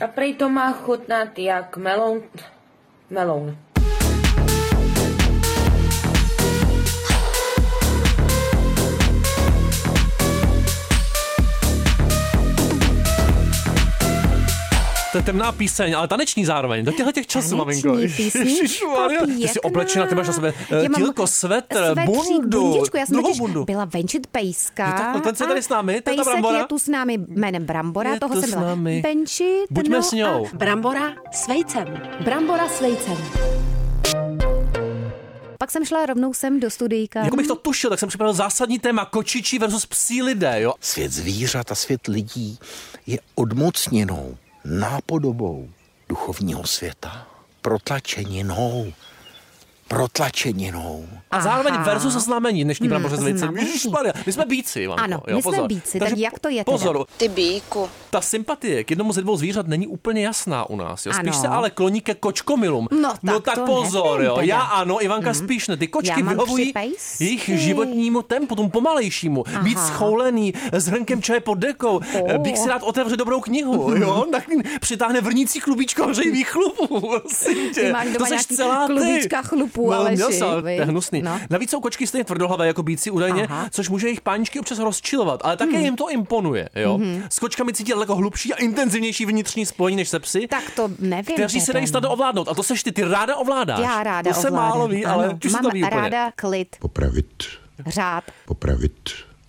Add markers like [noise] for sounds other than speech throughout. A prej to má chutnat jak melon. Melon. To je temná píseň, ale taneční zároveň. Do těchto těch časů, Taneční maminko. písnička, Ježišmarja, Ty jsi pěkná. oblečena, ty máš na sebe eh, Já mám tílko, svetr, svetřík, bundu, bundičku, já jsem druhou totiž bundu. byla venčit pejska. Je takhle, ten se a tady s námi, teta pejsek Brambora. je tu s námi jménem Brambora, Je toho tu jsem s byla námi. venčit. Buďme no s ňou. A Brambora s vejcem. brambora s vejcem. Pak jsem šla rovnou sem do studijka. Jako bych to tušil, tak jsem připravil zásadní téma kočičí versus psí lidé, jo? Svět zvířat a svět lidí je odmocněnou nápodobou duchovního světa. Protlačeninou. Protlačeninou. A zároveň Aha. Hmm, versus znamení dnešní bramboře s vejcem. znamení. Ježišmarja, my jsme bíci, maminko. Ano, jo, my jsme pozor. bíci, tak jak to je teda? Pozor, Ty bíku. ta sympatie k jednomu ze dvou zvířat není úplně jasná u nás. Jo? Spíš Ano. se ale kloní ke kočkomilům. No tak no tak to pozor, nevím jo. teda. Mhm. Já ano, Ivanka spíš ne. Ty Já kočky mám tři vyhovují pejsky. jejich životnímu tempu, tomu pomalejšímu. Aha. Být schoulený s hrnkem čaje pod dekou. Oh. Bík si rád otevře dobrou knihu, jo. Mhm. Tak přitáhne vrnící klubíčko hřejivých chlupů. prosím tě. Ty máš doma to seš nějaký celá ty. klubíčka chlupů, no, Aleši, měl jsem, ale viď? to je hnusný. No. No. Navíc jsou kočky stejně tvrdohlavé jako bíci údajně, Aha. Mhm. Aha. což může jejich páničky občas rozčilovat, ale také jim to imponuje. Jo? S kočkami cítí daleko hlubší a intenzivnější vnitřní spojení než se psy, Tak to nevím. kteří se teda, dají snadno no. ovládnout. A to seš ty, ty ráda ovládáš. Já ráda To se ovládám. málo ví, ale Ano, ty se Mám to ví úplně. ráda klid, Popravit, řád popravit.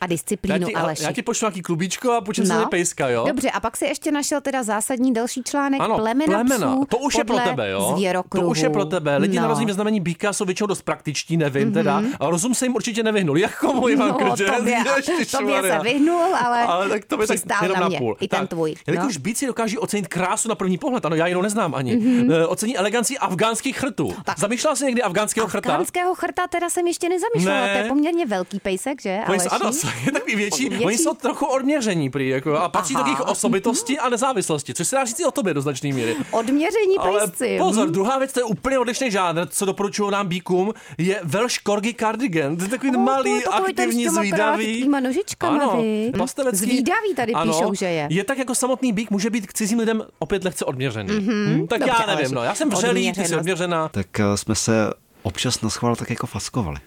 a Já disciplínu, ti, Aleši. já ti pošlu nějaký klubíčko a počím no. No. se pejska, jo? Dobře, a pak si ještě našel teda zásadní další článek Ano, plemena, psů To už je pro podle tebe, jo? Zvěrokruhu. To už je pro tebe. Lidi no. na rozdíl ve znamení býka jsou většinou dost praktičtí, nevím mm-hmm. teda. A rozum se jim určitě nevyhnul. Jako můj Mhm. No, Ivanko, [laughs] že? tobě, tobě se Ježišmarja. vyhnul, ale, ale tak to by tak přistál jenom na na mě, půl. I ten tvůj. no. Jelikož bíci dokáží ocenit krásu na první pohled, ano, já jinou neznám ani. Mm-hmm. Ocení eleganci afgánských chrtů. Mhm. No, Tak. Zamýšlela jsi někdy afgánského chrta? Afgánského chrta teda jsem ještě nezamýšlela, Ne. to je poměrně velký pejsek, že? Oni Aleši? jsou, ano, jsou je takový větší, Větší. větší. Oni jsou trochu odměření prý, jako, a patří Aha. Mhm. do jejich osobitosti a nezávislosti, což se dá říct i o tobě do značné míry. Odměření Ale pejsci. pozor, druhá věc, to je úplně odlišný žánr, co doporučují nám bíkům, je Welsh Corgi Cardigan. To je takový O, to je malý, takový ten aktivní, s těma zvídavý. krátkýma nožičkama, ano, viď? pastevecký. Zvídavý tady ano, píšou, že je. Je tak jako samotný bík, může být k cizím lidem opět lehce odměřený. Mm-hmm. Tak Mhm. Dobře, já nevím, Aleši, no, já jsem vřelý, ty jsi odměřenost. odměřená, Tak eh, jsme se občas na schvál tak jako faskovali.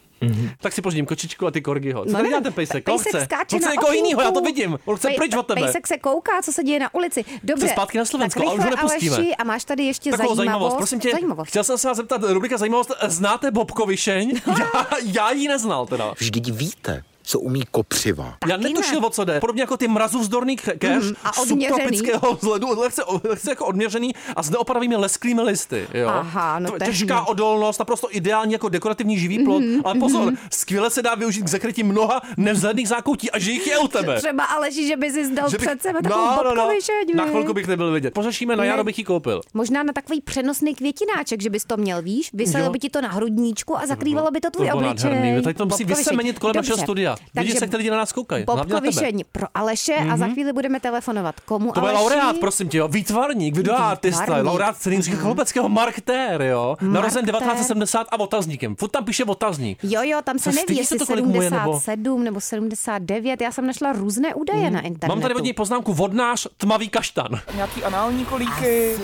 tak si pořídím kočičku a ty korgiho. Co No, tady ne, dělá ten pejsek? Koho Pejsek chce? skáče On chce na někoho okýlku. jako jinýho, já to vidím. On chce Pej- pryč od tebe. Pejsek se kouká, co se děje na ulici. Dobře, zpátky na Slovensko tak a už ho rychle, nepustíme. Aleši, a máš tady ještě Takovou zajímavost. zajímavost, prosím tě. Zajímavost. Chtěl jsem se vás zeptat, rubrika zajímavost, znáte [laughs] Bobkovišeň? Já, já ji neznal teda. Vždyť víte, co umí kopřiva. Já Taky netušil, ne. o co jde. Podobně jako ty mrazůvzdorný keř mm, a odměřený. subtropického vzhledu, [laughs] lehce, lehce jako odměřený a s neopravými lesklými listy. Jo? Aha, no Mhm, T- to je Těžká hnus. odolnost, naprosto ideální jako dekorativní živý plot, ale pozor, skvěle se dá využít k zakrytí mnoha nevzhledných zákoutí a že jich je u tebe. Třeba Aleši, že by si zdal Že bych- před sebe takovou no, bobkovišeň. na viď? chvilku bych nebyl vidět. Pořešíme, na Ne. jaro bych ji koupil. Možná na takový přenosný květináček, že bys to měl, víš? Vyselo Jo. by ti to na hrudníčku a zakrývalo by to tvůj bylo obličej. nádherný. Tady to musí Bobkovišeň. vysemenit kolem Dobře. našeho studia. Vidíš, Takže jak tady lidi na nás koukají. Hlavně na tebe. Mhm. Bobkovišeň pro Aleše a za chvíli budeme telefonovat. Komu To byl Aleši? laureát, prosím tě, jo. Výtvarník, videoartista, Výtvarník. laureát Strinského chlopeckého Marktér, jo. Narozen Marktér. 1970 a otazníkem. Furt tam píše otazník. Jo, jo, tam se Co, neví, stydí jestli se to, kolik mu je, nebo- 77 nebo 79. Já jsem našla různé údaje na internetu. Mhm. Mám tady od něj poznámku vodnář tmavý kaštan. No Nějaký anální kolíky.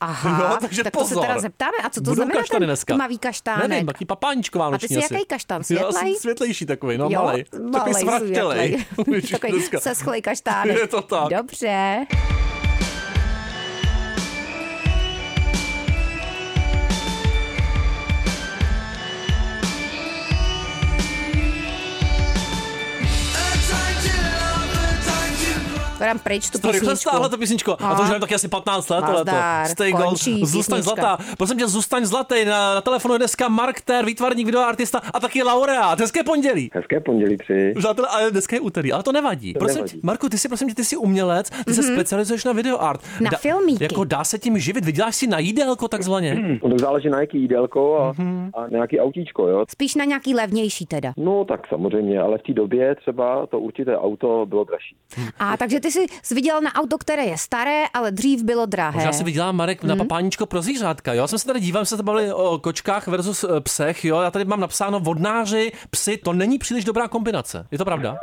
Aha, [laughs] Jo, takže tak to pozor. se teda zeptáme. A co to Budou znamená kaštany ten dneska. tmavý kaštánek? Nevím, taky papáničko vánoční jsi asi. jaký kaštan? Já jsem Světlej? světlejší takový, no jo, malej. Takový světlej. [laughs] svartělej. Ježiš, Takový dneska. se schlej kaštánek. Je to tak. Dobře. To dám pryč tu To rychle písničku. stáhla ta písničko. A to A. už nevím, tak asi 15 let. Nazdar, Leto. Stay gold. končí Zůstaň písnička. zlatá. Prosím tě, zůstaň zlatý. Na, na telefonu je dneska Mark Ter, výtvarník, videoartista a taky laureát. Hezké pondělí. Hezké pondělí přeji. Přátelé, ale dneska je úterý, ale to nevadí. prosím, nevadí. tě, Marku, ty jsi, prosím tě, ty jsi umělec, ty se specializuješ na videoart. Mhm. Na filmíky. Jako dá se tím živit, vyděláš si na jídelko takzvaně. No, tak záleží na jaký jídelko a, Mhm. a na jaký autíčko, jo. Spíš na Hm. nějaký levnější teda. No tak samozřejmě, ale v té době třeba to určité auto bylo dražší. A takže ty ty jsi viděl na auto, které je staré, ale dřív bylo drahé. Možná si vydělá Marek Mhm. na papáníčko pro zvířátka, jo? Já jsem se tady dívám, jsme se bavili o kočkách versus eh, psech, jo? Já tady mám napsáno vodnáři, psy, to není příliš dobrá kombinace. Je to pravda?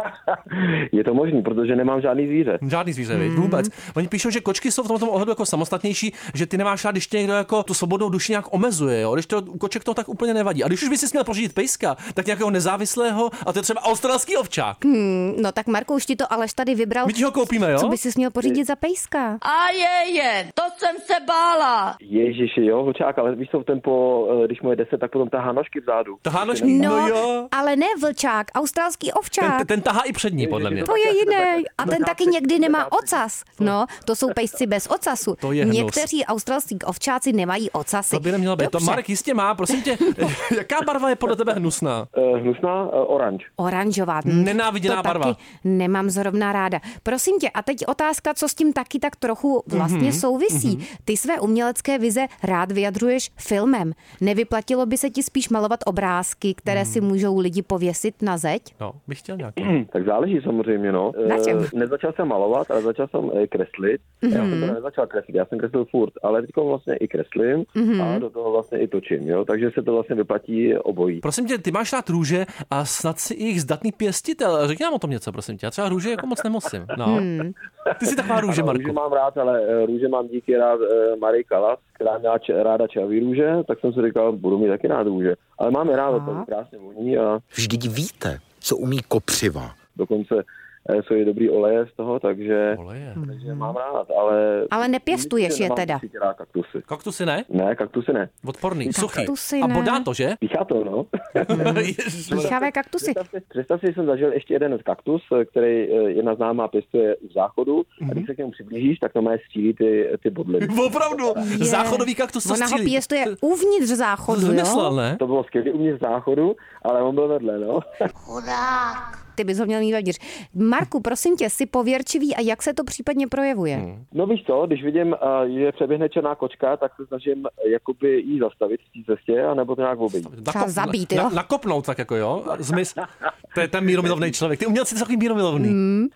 Je to možný, protože nemám žádný zvíře. Žádný zvíře, mm. Hmm. vůbec. Oni píšou, že kočky jsou v tomto ohledu jako samostatnější, že ty nemáš rád, když tě někdo jako tu svobodnou duši nějak omezuje, jo? Když to u koček to tak úplně nevadí. A když už by si směl pořídit pejska, tak nějakého nezávislého, a to je třeba australský ovčák. Mm. No tak Marku, už ti to Aleš tady vybral. My ti ho koupíme, jo? Co by si měl pořídit za pejska? A je, je, to jsem se bála. Ježiši, jo, vlčák, ale víš, co ten po, eh, když mu je 10, tak potom tahá nožky vzadu. Tahá nožky? No, no jo. ale ne vlčák, australský ovčák. Ten, ten tahá i před ní, podle mě. To je jiný. A ten taky někdy nemá ocas. No, to jsou pejsci bez ocasu. To je hnus. Někteří australští ovčáci nemají ocasy. To by nemělo být. To Dobře. Marek jistě má, prosím tě. [laughs] Jaká barva je podle tebe hnusná? Eh, Hnusná eh, oranž. Oranžová. Hm, Nenáviděná to barva. Taky nemám zrovna ráda. Prosím tě, a teď otázka, co s tím taky tak trochu Mhm, vlastně souvisí. Ty své umělecké vize rád vyjadřuješ filmem. Nevyplatilo by se ti spíš malovat obrázky, které Mhm. si můžou lidi pověsit na zeď? No, bych chtěl nějakou. Tak záleží samozřejmě, no. Na Eh, čem? Mhm. Nezačal jsem malovat, ale začal jsem eh, kreslit. Já jsem teda nezačal kreslit, já jsem kreslil furt, ale teď vlastně i kreslím Mhm. a do toho vlastně i točím, jo. Takže se to vlastně vyplatí obojí. Prosím tě, ty máš rád růže a snad si i jejich zdatný pěstitel. Řekni nám o tom něco, prosím tě. Já třeba růže jako moc nemusím. No. Hmm. Ty jsi taková růže, Ano, Marku. Růže mám rád, ale eh, růže mám díky rád eh, Marie Kalas, která měla č- ráda čavý růže, tak jsem si říkal, budu mít taky rád růže. Ale máme rád, to krásně voní a Vždyť víte, co umí kopřiva. dokonce eh, jsou i dobrý oleje z toho, takže, Oleje. takže mám rád, ale... Ale nepěstuješ Myslím, že je nemám teda. určitě rád kaktusy. Kaktusy ne? Ne, kaktusy ne. Odporný, suchý. Kaktusy A ne. Mm. bodá to, že? Píchá to, no. [laughs] Ježiš. Píchavé kaktusy. Představ si, představ si, že jsem zažil ještě jeden kaktus, eh, který eh, jedna známá pěstuje u záchodu a Mhm. když se k němu přiblížíš, tak to má stílí ty, ty bodliny. Opravdu, Je. No, záchodový kaktus to Ona ho střílí. pěstuje uvnitř záchodu, Zmyslel, jo? ne? To bylo skvělé u mě v záchodu, ale on byl vedle, no. Ty bys ho měl mít vevnitř. Marku, prosím tě, jsi pověrčivý a jak se to případně projevuje? Hmm. No víš co, když vidím, eh, že přeběhne černá kočka, tak se snažím eh, jakoby jí zastavit v té cestě, anebo to nějak obejít. No. Nakop- zabít, na- jo? nakopnout tak jako, jo? Zmysl. To je ten míromilovný člověk. Ty umělci jsou takový míromilovný. Mm.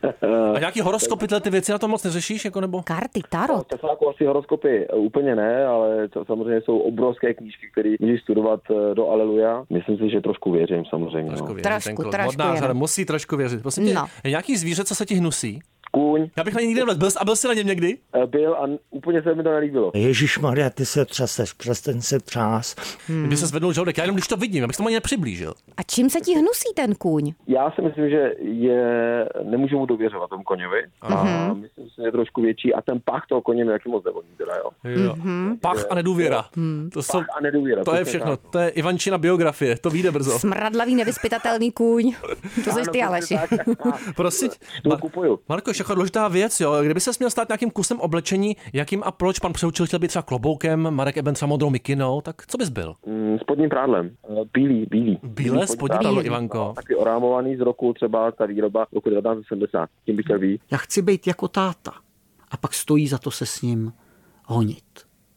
A nějaký horoskopy, tyhle ty věci na to moc neřešíš, jako nebo? Karty, tarot. To jsou jako asi horoskopy eh, úplně ne, ale to samozřejmě jsou obrovské knížky, které můžeš studovat eh, do Aleluja. Myslím si, že trošku věřím samozřejmě. Trošku No. věřit, Trošku, ten kluk. trošku Hodnář, jenom. ale musí trošku věřit. Prosím tě, No. je nějaký zvíře, co se ti hnusí? Kůň Já bych na něj nikdy nevlez. Byl, jsi- a byl jsi na něm někdy? eh, byl a n- úplně se mi to nelíbilo. Ježíš Maria, ty se třeseš, přestaň se třás. Hmm. Kdyby se zvednul žaludek, já jenom když to vidím, abych se tomu ani nepřiblížil. A čím se ti hnusí ten kůň? Já si myslím, že je, nemůžu mu dověřovat tomu koněvi. Mhm. A myslím si, že je trošku větší. A ten pach toho koně mi taky moc nevoní. Teda, jo. Jo. Pach a nedůvěra. To, jsou, Pach a nedůvěra. to je přesně všechno. tak. To je Ivančina biografie. To vyjde brzo. [laughs] Smradlavý, nevyspytatelný kůň. To jsi Ano, ty, přesně Aleši. tak. [laughs] Prosím. To Ma- kupuju. Marko, ještě jako důležitá věc, jo. Kdyby se měl stát nějakým kusem oblečení, jakým a proč pan přeučil chtěl být třeba kloboukem, Marek Eben třeba modrou mikinou, tak co bys byl? Mm, spodním prádlem. Eh, Bílý, bílý. Bílé spodní prádlo, Ivanko. Taky orámovaný z roku třeba ta výroba roku 1970. Tím bych chtěl být. Já chci být jako táta. A pak stojí za to se s ním honit.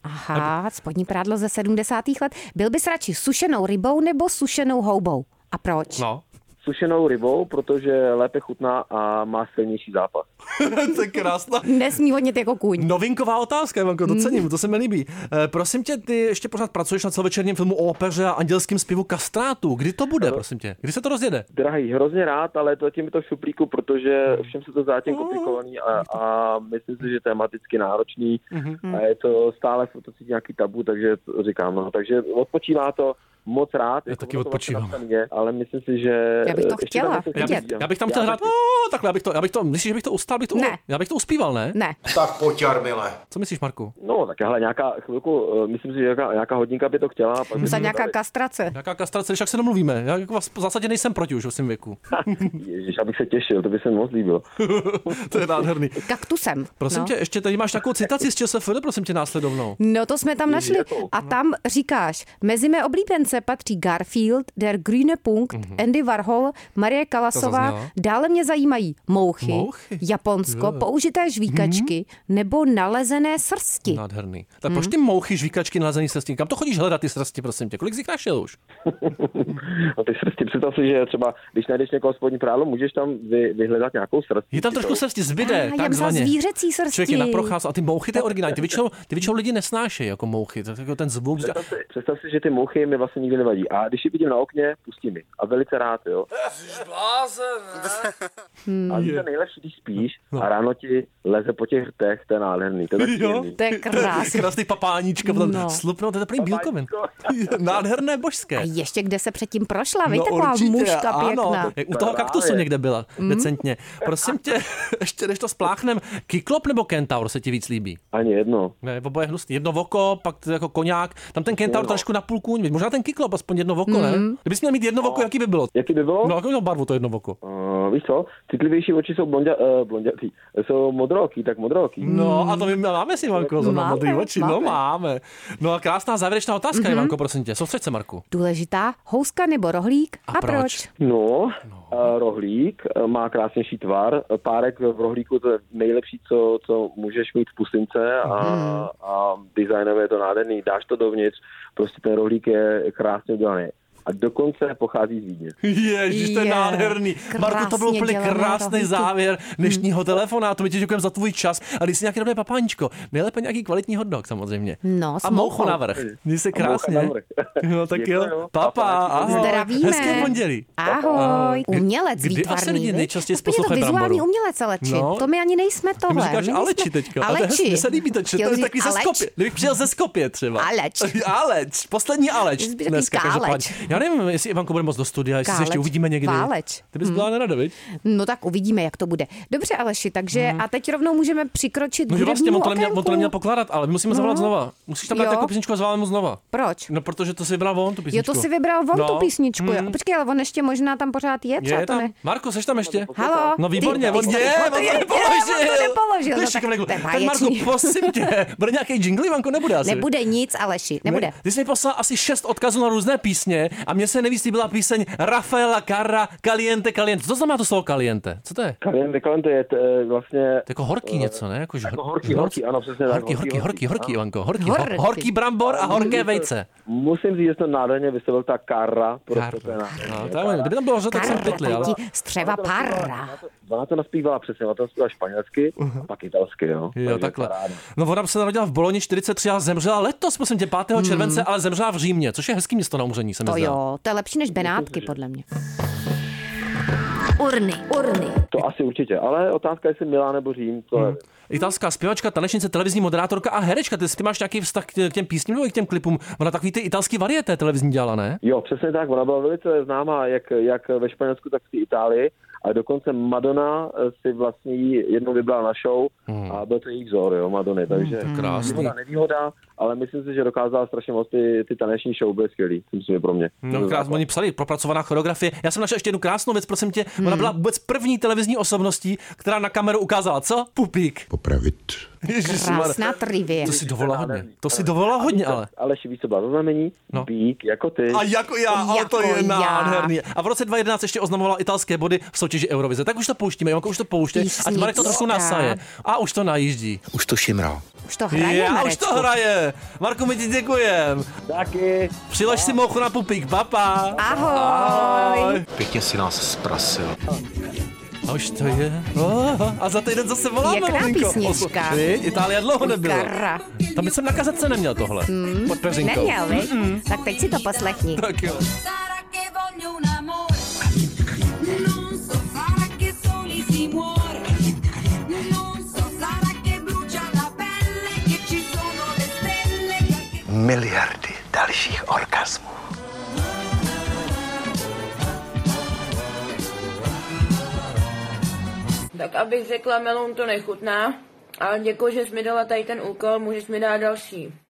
Aha, spodní prádlo ze 70. let. Byl bys radši sušenou rybou nebo sušenou houbou? A proč? No. Sušenou rybou, protože lépe chutná a má silnější zápas. [laughs] to je krásná. Nesmí honit jako kůň. Novinková otázka, Ivanko, to cením, to se mi líbí. E, prosím tě, ty ještě pořád pracuješ na celovečerním filmu o opeře a andělském zpěvu kastrátu. Kdy to bude, prosím tě? Kdy se to rozjede? Drahý, hrozně rád, ale to tím je to v šuplíku, protože všem se to Mm. zatím komplikovaný a, a myslím si, že tematicky náročný Mm-hmm. a je to stále furt to cítí nějaký tabu, takže to říkám, no, takže odpočívá to moc rád. Jako Já taky odpočívám. Je, ale myslím si, že... Já bych to eh, ještě chtěla tam něco Já vidět. bych, chtěl. já bych tam chtěl Já hrát, no, takhle, já bych to, já bych to, myslíš, že bych to ustal, bych to, Ne. já bych to uspíval, ne? [laughs] Ne. Tak pojď, Jarmile. Co myslíš, Marku? No, tak hele, nějaká chvilku, eh, myslím si, že nějaká, nějaká hodinka by to chtěla. pak by Za to nějaká dali. [laughs] kastrace. Jaká kastrace, když tak se domluvíme. Já jako vás v zásadě nejsem proti už v svém věku. Ježiš, abych se těšil, to by se mi moc líbilo. to je nádherný. Kaktusem. Prosím no. tě, ještě tady máš takovou citaci z ČSFD, prosím tě, následovnou. No to jsme tam našli. A tam říkáš, mezi mé oblíbence nominace patří Garfield, Der Grüne Punkt, Mhm. Andy Warhol, Marie Kalasová. zazněla. Dále mě zajímají mouchy, Mouchy? Mhm. Japonsko, použité žvíkačky nebo nalezené srsti. Nádherný. Tak Mhm. proč ty mouchy, žvíkačky, nalezený srsti? Kam to chodíš hledat ty srsti, prosím tě? Kolik jsi jich našel už? No ty srsti, představ si, že třeba, když najdeš někoho spodní prádlo, můžeš tam vy, vyhledat nějakou srst. Je tam trošku srsti, zbyde. Ah, já myslela takzvaně. zvířecí srsti. Člověk je na procház a ty mouchy, to je originální. Ty většinou, ty většinou lidi nesnášejí jako mouchy. To, jako ten zvuk. že- Představ si, představ si, že ty mouchy mi vlastně nikdy nevadí. A když je vidím na okně, pustím ji. A velice rád, jo. [laughs] A to je nejlepší, když spíš a ráno ti leze po těch rtech, to je nádherný. To je No. tak Jo. příjemný. To je krásný. Krásný papáníčka, no. No. slupno, to je plný bílkovin. Papáníčko. [laughs] Nádherné božské. A ještě kde se předtím prošla, vy taková mužka pěkná. No, Mm. ano, jak u toho kaktusu Právě. někde byla, decentně. Prosím tě, [laughs] ještě než to spláchnem, kyklop nebo kentaur se ti víc líbí? Ani jedno. Ne, oboje hnusný. Jedno voko, pak to jako koňák, tam ten kentaur Jo. trošku na půl kůň, možná ten kyklop, aspoň jedno voko, Mm-hmm. ne? Kdybys měl mít jedno voko, jaký by bylo? Jaký by bylo? No, jakou měl barvu No. to jedno voko? Uh, víš co, citlivější oči jsou blondia, uh, blondiatý, jsou modrooký, tak modrooký. No a to my máme si, Ivanko, za na Mm. Máme, modrý oči. No máme. máme. No a krásná závěrečná otázka, mm-hmm. Ivanko, prosím tě. Soustřed se, Marku. Důležitá houska nebo rohlík a, A proč? proč? No, eh, rohlík eh, má krásnější tvar, eh, párek v rohlíku to je nejlepší, co, co můžeš mít v pusince a, a designově je to nádherný, dáš to dovnitř, prostě ten rohlík je krásně udělaný. A dokonce pochází z Vídně. Ježíš, to je Je. nádherný. Marku, to byl Krásně úplně dělané krásný rohlíky. závěr dnešního telefonátu. My ti děkujeme za tvůj čas. A dej si nějaké dobré papáníčko. Nejlépe nějaký kvalitní hodnok, samozřejmě. No, s a mouchu mouchou. na vrch. Měj se moucha krásně. na vrch. [laughs] No, tak jo. Děkuju. Papa, ahoj. Zdravíme. Hezké pondělí. Ahoj. Kdy- Umělec kdy asi výtvarný. lidi viď? nejčastěji Úplně to poslouchají vizuální Bramboru? umělec, Aleči. No. To my ani nejsme Ty mi tohle. říkáš my Aleči nejsme- teďka. Ale to je hezký, Aleči. mně se líbí ten čet, Chtěl to je říct takový ze Aleč. Skopě. Kdybych přijel ze Skopě třeba. Aleč. [laughs] Aleč, poslední Aleč. Jsi byl Dneska takový káleč. každopádně. Já nevím, jestli Ivanko bude moc do studia, jestli se Káleč, ještě uvidíme někdy. váleč. Ty bys byla nerada, viď? No tak uvidíme, jak to bude. Dobře, Aleši, takže a teď rovnou můžeme přikročit Hmm. No k že vlastně, hudebnímu on to, neměl, on to okénku. neměl pokládat, ale my musíme no. zavolat znova. Musíš tam dát Jo. jako písničku a zavoláme mu znova. Proč? No protože to si vybral on tu Jo, písničku. to si vybral on No. tu písničku. Mm. Jo. Počkej, ale on ještě možná tam pořád je, třeba Je to tam. ne. Marko, seš tam ještě? Halo? No výborně, Ty- on ty- je, ty- on to ty- ty- on to nepoložil. To je No, tak šikovný. to je Tak Marku, báječný. prosím tě, bude nějaký jingle, Ivanko, nebude asi. Nebude nic, Aleši, nebude. Ty jsi mi poslal asi šest odkazů na různé písně a mně se nevíc byla píseň Rafaela Carra Caliente Caliente. Co to znamená to slovo Caliente? Co to je? To Kalien de Kalente je eh, vlastně... je jako horký něco, ne? Jako, že Jako hor- horký, žhorc- horký, ano, přesně tak. Horký, horký, horký, horký, ano. Ivanko, horký, hor- Horký. horký brambor a horké vejce. Musím říct, že to nádherně vyslovil ta kara. Prostě to je Karla. nádherný. No, to je ono. kdyby tam bylo řada, tak jsem pytli, ale... Karra, střeva parra. Ona to naspívala přesně, ona to naspívala španělsky a pak italsky, jo. Jo, Takže takhle. paráda. No, ona se narodila v Boloni 43 a zemřela letos, prosím tě, 5. července, ale zemřela v Římě, což je hezký město na umření, se mi Hmm. To zdá. jo, to je lepší [laughs] než Benátky, podle mě. Urny, urny. To asi určitě, ale otázka, jestli Milá nebo Řím, to Hmm. nevím. Italská zpěvačka, tanečnice, televizní moderátorka a herečka. Ty, ty máš nějaký vztah k tě- k těm písním nebo i k těm klipům? Ona takový ty italský varieté televizní dělala, ne? Jo, přesně tak, ona byla velice známá jak, jak ve Španělsku, tak v té Itálii a dokonce Madonna eh, si vlastně ji jednou vybrala na show Hmm. a byl to její vzor, jo, Madony, takže krásný. výhoda, nevýhoda, ale myslím si, že dokázala strašně moc ty, ty taneční show, byly skvělý, si myslím, že pro mě. No, krás, oni psali propracovaná choreografie. Já jsem našel ještě jednu krásnou věc, prosím tě. Ona byla vůbec první televizní osobností, která na kameru ukázala, co? Pupík. Popravit. Krásná trivie. To si dovolila hodně. To si dovolila hodně, ale. Ale víš, co byla to znamení? No. No. Bík, jako ty. A jako já, ale to Jako je já. nádherný. A v roce 2011 ještě oznamovala italské body v soutěži Eurovize. Tak už to pouštíme, Jonko, už to pouštěj, ať Marek to trošku Písnička. nasaje. A už to najíždí. Už to šimrá. Už to hraje, já, už Marečku. to hraje. Marku, my ti děkujem. Taky. Přilož si mouchu na pupík, papa. Ahoj. Pěkně si nás zprasil. A už to je. Oh, a za týden zase voláme. Pěkná maminko. písnička. Osm- Viď? Itálie dlouho nebyla. Karra. Tam jsem na kazetce neměl tohle. Mm. Pod peřinkou. Hmm, Neměl, viď? Tak teď si to poslechni. Tak jo. Sara che voglio un amore. Non so Sara che soli si muore. Non so Sara che brucia la pelle, che ci sono le stelle. che- Miliardy dalších orgasmů. Tak abych řekla, melon to nechutná, ale děkuji, že jsi mi dala tady ten úkol, můžeš mi dát další.